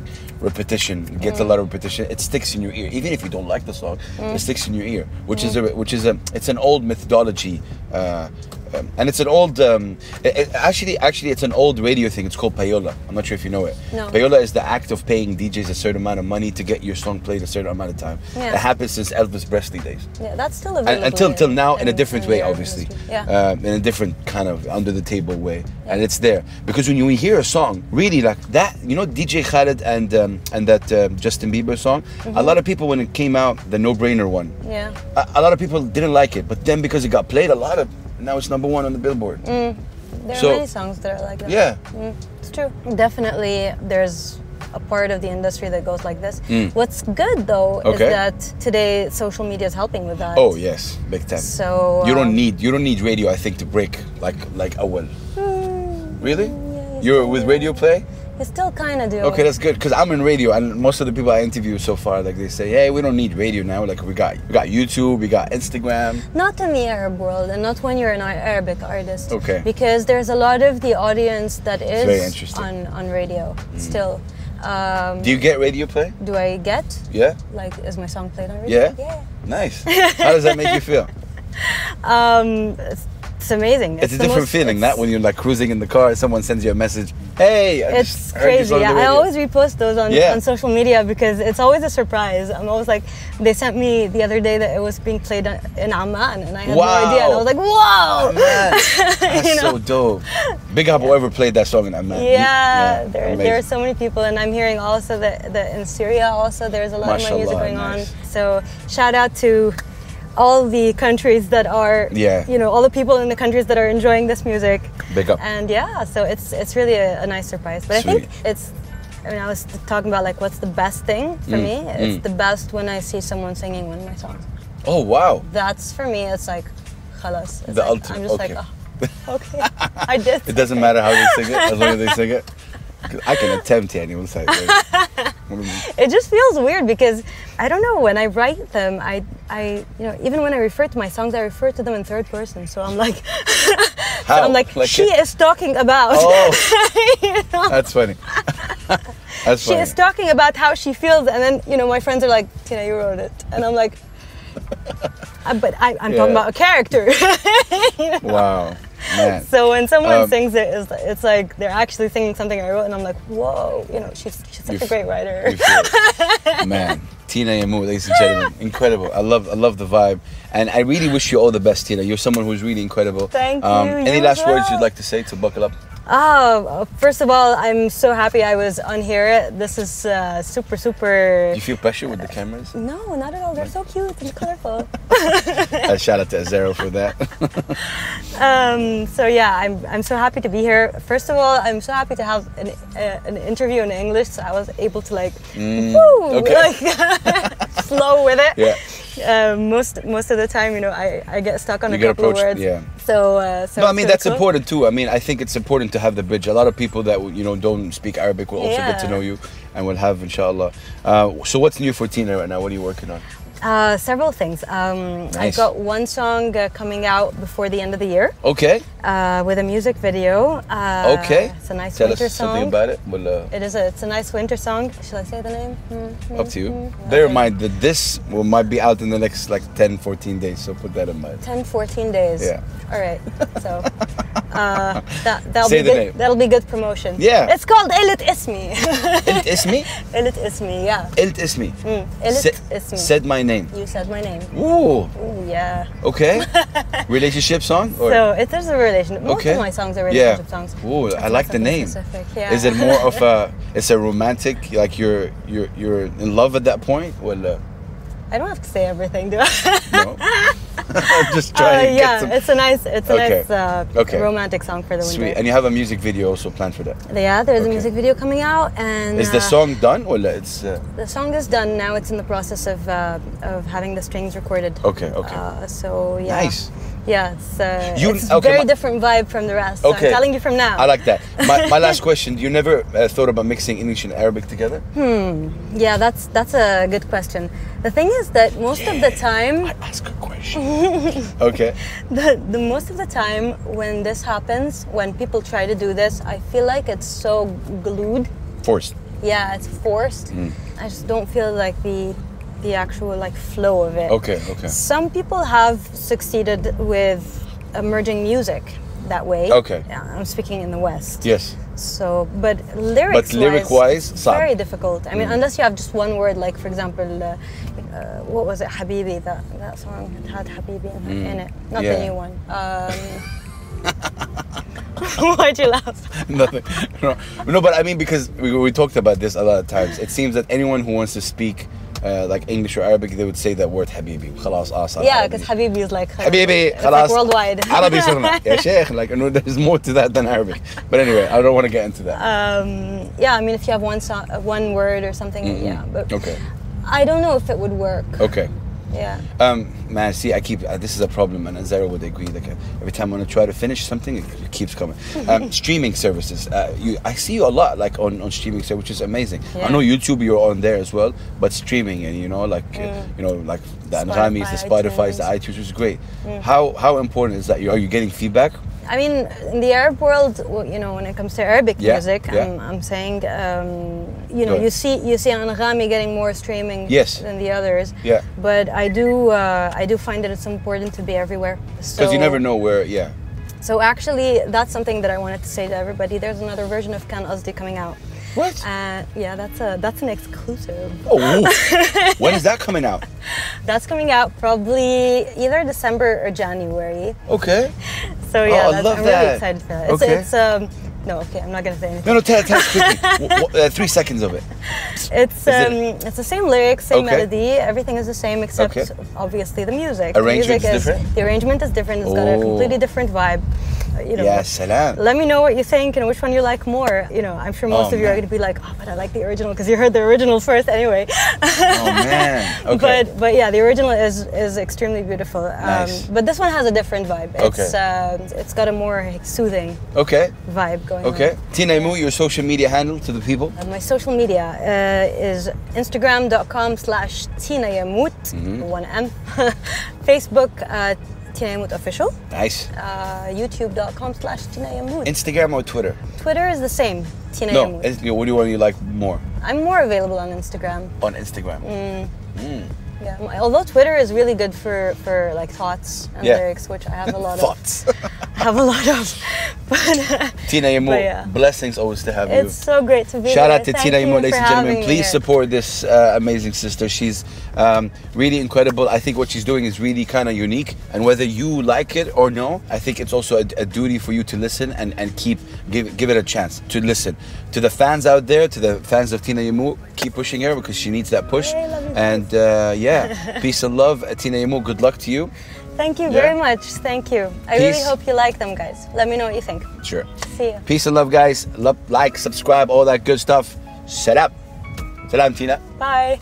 S1: repetition gets
S2: Mm.
S1: a lot of repetition. It sticks in your ear, even if you don't like the song. It sticks in your ear, which is
S2: Mm.
S1: a which is a it's an old methodology. Uh, um, and it's an old, um, it- it- actually, actually, it's an old radio thing. It's called payola. I'm not sure if you know it.
S2: No.
S1: Payola is the act of paying DJs a certain amount of money to get your song played a certain amount of time.
S2: Yeah.
S1: It happens since Elvis Presley days.
S2: yeah that's still
S1: And-
S2: available
S1: until
S2: in-
S1: till now in a different
S2: the
S1: way
S2: urban
S1: obviously
S2: industry. yeah
S1: um, in a different kind of under the table way and it's there because when you hear a song really like that you know dj khaled and um, and that uh, justin bieber song a lot of people when it came out the no-brainer one
S2: Mm-hmm. yeah
S1: a, a lot of people didn't like it but then because it got played a lot of now it's number one on the billboard
S2: Mm. There
S1: So-
S2: are many songs that are like that. Mm,
S1: yeah
S2: It's true. Definitely, there's a part of the industry that goes like this. What's good though
S1: Mm. Okay.
S2: is that today social media is helping with that.
S1: oh yes big time
S2: So
S1: you don't
S2: um,
S1: need you don't need radio i think to break like like a well really
S2: yeah, yeah,
S1: You're with Radio Play?
S2: You still kind of do.
S1: Okay, that's good because I'm in radio, and most of the people I interview so far, like they say, "Hey, we don't need radio now. Like we got we got YouTube, we got Instagram."
S2: Not in the Arab world, and not when you're an Ar- Arabic artist.
S1: Okay.
S2: Because there's a lot of the audience that
S1: very
S2: is
S1: interesting. Mm.
S2: on on radio still. Um,
S1: Do you get radio play?
S2: do I get
S1: Yeah,
S2: like is my song played on
S1: yeah,
S2: radio? Yeah.
S1: Nice. How does that make you feel?
S2: Um, it's, it's amazing.
S1: It's, a
S2: the
S1: different
S2: most-
S1: feeling that
S2: it's-
S1: when you're like cruising in the car, and someone sends you a message. Hey, I
S2: It's
S1: just heard this
S2: crazy.
S1: on the
S2: Yeah, I
S1: radio."
S2: always repost those on,
S1: Yeah.
S2: on social media because it's always a surprise. I'm always like, they sent me the other day that it was being played on- in Amman, and I had no idea. And I
S1: Wow.
S2: was like, whoa!
S1: Oh, man. That's
S2: You know?
S1: so dope. Big Apple ever played that song in that man.
S2: Yeah, there, there are
S1: amazing.
S2: so many people, and I'm hearing also that, that in Syria also there's a lot of my music
S1: Mashallah,
S2: going
S1: nice.
S2: on. So shout out to all the countries that are,
S1: Yeah.
S2: you know, all the people in the countries that are enjoying this music.
S1: Big up.
S2: And yeah, so it's it's really a, a nice surprise. But I
S1: Sweet.
S2: think it's. I mean, I was talking about like what's the best thing for
S1: Mm,
S2: me. It's the best when I see someone singing one of my songs.
S1: Oh wow.
S2: That's for me. It's like, halas. It's
S1: The
S2: like,
S1: ulti-
S2: I'm just
S1: okay.
S2: like, oh, okay, I did.
S1: It doesn't matter how they sing it, as long as they sing it. 'Cause I can attempt it anyone's like, like, what do you mean?
S2: it just feels weird because I don't know when I write them I I you know even when I refer to my songs I refer to them in third person so I'm like so
S1: How?
S2: I'm like,
S1: Oh, Like
S2: she
S1: it-
S2: is talking about
S1: Oh,
S2: you know?
S1: that's funny. that's
S2: she
S1: funny.
S2: is talking about how she feels and then you know my friends are like Tina you wrote it and I'm like "Uh, but I, I'm talking
S1: Yeah.
S2: about a character
S1: wow, man.
S2: so when someone
S1: Um,
S2: sings it it's, it's like they're actually singing something I wrote and I'm like whoa you know she's she's such
S1: You
S2: a
S1: f-
S2: great writer
S1: You feel it. Man, Tina Yamu, ladies and gentlemen, incredible. I love, I love the vibe, and I really wish you all the best, Tina. You're someone who's really incredible. Um,
S2: Thank you,
S1: Any
S2: you
S1: last
S2: as
S1: words you'd
S2: well.
S1: like to say to buckle up?
S2: Oh, first of all, I'm so happy I was on here. This is uh, super, super.
S1: Do you feel pressure with the cameras?
S2: No, not at all. They're so cute and colorful.
S1: Uh, shout out to Azero for that.
S2: Um, so yeah, I'm, I'm so happy to be here. First of all, I'm so happy to have an, uh, an interview in English, so I was able to like, woo,
S1: Mm, okay.
S2: like slow with it.
S1: Yeah.
S2: Uh, most most of the time, you know, I, I get stuck on
S1: You
S2: a
S1: get
S2: couple of
S1: approached,
S2: words.
S1: yeah.
S2: So, uh, so
S1: No, I mean
S2: it's really
S1: that's
S2: cool.
S1: important too. I mean, I think it's important to have the bridge. A lot of people that you know don't speak Arabic will also get to
S2: Yeah.
S1: know you, and will have inshallah. Uh, so what's new for Tina right now? What are you working on?
S2: Uh, several things. Um,
S1: Nice.
S2: I've got one song uh, coming out before the end of the year.
S1: Okay,
S2: uh, with a music video. Uh,
S1: okay.
S2: It's a nice
S1: Tell
S2: winter
S1: us
S2: song.
S1: something about it. Well, uh,
S2: it is a, it's a nice winter song. Shall I say the name? Mm,
S1: up
S2: mm.
S1: to you. Bear in mind that this will might be out in the next like 10, 14 days. So put that in mind.
S2: 10, 14 days.
S1: Yeah.
S2: All right. So uh, that that'll
S1: Say
S2: be
S1: the
S2: good,
S1: name.
S2: that'll be good promotion.
S1: Yeah.
S2: It's called Elit Ismi.
S1: Ilt ismi,
S2: Elit Ismi. Yeah.
S1: ilt ismi.
S2: Elit
S1: Sa-
S2: Ismi.
S1: Said my name.
S2: you said my name.
S1: Ooh,
S2: Ooh, yeah.
S1: okay. Relationship song or
S2: So it is a relationship. Most
S1: okay?
S2: of my songs are relationship
S1: yeah.
S2: songs.
S1: Ooh, I like the
S2: something
S1: name.
S2: specific, yeah.
S1: Is it more of a? It's a romantic. Like you're you're you're in love at that point. Well, uh,
S2: I don't have to say everything, do I?
S1: no. Just
S2: Uh,
S1: trying to
S2: yeah,
S1: get some.
S2: it's a nice, it's a
S1: Okay.
S2: nice uh,
S1: Okay.
S2: romantic song for the winter.
S1: Sweet. And you have a music video also planned for that. Is
S2: Yeah, there's
S1: Okay.
S2: a music video coming out, and
S1: the
S2: uh,
S1: song done? Well, it's uh,
S2: the song is done. Now it's in the process of uh, of having the strings recorded.
S1: okay. Okay.
S2: Uh, so yeah.
S1: Nice.
S2: Yeah, it's uh,
S1: You-
S2: it's
S1: okay,
S2: very
S1: my-
S2: different vibe from the rest. So
S1: Okay.
S2: I'm telling you from now.
S1: I like that. My, my last question: You never uh, thought about mixing English and Arabic together?
S2: Hmm. yeah, that's that's a good question. The thing is that most of the time,
S1: Ask a question. okay.
S2: the, the most of the time when this happens, when people try to do this, I feel like it's so glued.
S1: Forced.
S2: Yeah, it's forced.
S1: Mm.
S2: I just don't feel like the the actual like flow of it.
S1: Okay. Okay.
S2: Some people have succeeded with emerging music that way.
S1: Okay.
S2: Yeah, I'm speaking in the West.
S1: Yes.
S2: So, but lyrics.
S1: lyric-wise, Mm. صعب.
S2: very difficult. I mean, unless you have just one word, like for example, uh, uh, what was it, Habibi? That that song it had Habibi in, in it. Not
S1: Mm. Yeah.
S2: the new one. Um, why'd you laugh?
S1: Nothing. No, no, but I mean because we, we talked about this a lot of times. It seems that anyone who wants to speak uh, like English or Arabic, they would say that word "habibi." خلاص آسف.
S2: Yeah, because Habibi is like
S1: Habibi,
S2: It's like
S1: خلاص.
S2: worldwide.
S1: Arabi صرنا. يا شيخ, like no, there's more to that than Arabic. But anyway, I don't want to get into that.
S2: um, yeah, I mean, if you have one song, uh, one word or something, yeah. But
S1: Mm-hmm. okay.
S2: I don't know if it would work.
S1: Okay.
S2: Yeah.
S1: Um, man, see, I keep uh, this is a problem, and Zara would agree. Like uh, every time I want to try to finish something, it, it keeps coming. Um, streaming services, uh, you, I see you a lot, like on, on streaming, service, which is amazing.
S2: Yeah.
S1: I know YouTube, you're on there as well, but streaming, and you know, like uh, you know, like the Anramis, the
S2: Spotify,
S1: Spotify's, the iTunes, which is great. How how important is that? You- Are you getting feedback?
S2: I mean, in the Arab world, w- you know, when it comes to Arabic
S1: Yeah,
S2: music,
S1: yeah.
S2: I'm, I'm saying, um, you
S1: Go
S2: know,
S1: ahead.
S2: you see, you see Anghami getting more streaming
S1: Yes.
S2: than the others.
S1: Yeah.
S2: But I do, uh, I do find that it's important to be everywhere.
S1: Because
S2: So-
S1: you never know where. Yeah.
S2: So actually, that's something that I wanted to say to everybody. There's another version of Can Osdi coming out.
S1: What?
S2: Uh, yeah, that's a that's an exclusive.
S1: oh, ooh. when is that coming out?
S2: That's coming out probably either December or January.
S1: Okay.
S2: So yeah,
S1: Oh, I
S2: that's,
S1: love
S2: I'm
S1: that.
S2: really excited for that. It's,
S1: Okay.
S2: it's um, no, okay, I'm not gonna say anything.
S1: No, no, tell, tell us quickly. W- w- uh, three seconds of it.
S2: It's
S1: Is
S2: um,
S1: it-
S2: it's the same lyrics, same
S1: Okay.
S2: melody, everything is the same except
S1: Okay.
S2: obviously the music.
S1: Arrangement
S2: the
S1: is
S2: music
S1: different?
S2: The arrangement is different. It's got a
S1: Oh.
S2: completely different vibe. Uh, You know,
S1: Yeah, salam.
S2: Let me know what you think and which one you like more. You know, I'm sure most
S1: Oh,
S2: of you are
S1: man.
S2: going to be like, oh, but I like the original because you heard the original first anyway.
S1: Oh man. Okay.
S2: But but yeah, the original is is extremely beautiful. Um,
S1: Nice.
S2: But this one has a different vibe. It's
S1: Okay.
S2: uh, it's got a more soothing
S1: okay.
S2: vibe going on.
S1: Okay. Tina Emu, your social media handle to the people.
S2: Uh, My social media uh, is instagram.com slash Tina Yamut,
S1: Mm-hmm.
S2: one M. Facebook, uh, Tina Yamut official.
S1: Nice.
S2: Uh, YouTube.com slash Tina Yamut.
S1: Instagram or Twitter?
S2: Twitter is the same, Tina
S1: No.
S2: Yamut.
S1: Inst- What do you want you like more
S2: I'm more available on Instagram.
S1: on
S2: Mm.
S1: Instagram?
S2: Yeah. Although Twitter is really good for, for like thoughts and
S1: Yeah.
S2: lyrics, which I have a lot of.
S1: Thoughts.
S2: have a lot of. But uh,
S1: Tina Emu,
S2: But yeah.
S1: blessings always to have you.
S2: it's so great to be
S1: Shout
S2: here.
S1: out to
S2: Thank
S1: Tina
S2: you
S1: Imo,
S2: for
S1: ladies and
S2: having
S1: gentlemen.
S2: me
S1: Please
S2: here.
S1: support this uh, amazing sister. She's um, really incredible. I think what she's doing is really kind of unique. And whether you like it or no, I think it's also a, a duty for you to listen and, and keep give give it a chance to listen. To the fans out there, to the fans of Tina Imu, keep pushing her because she needs that push.
S2: I love you
S1: And uh, yeah, peace and love, uh, Tina Imu. Good luck to you.
S2: Thank you
S1: Yeah.
S2: very much. Thank you. I really
S1: Peace.
S2: hope you like them, guys. Let me know what you think.
S1: Sure.
S2: See you.
S1: Peace and love, guys. Love, like, subscribe, all that good stuff. Shut up. Salam, Tina.
S2: Bye.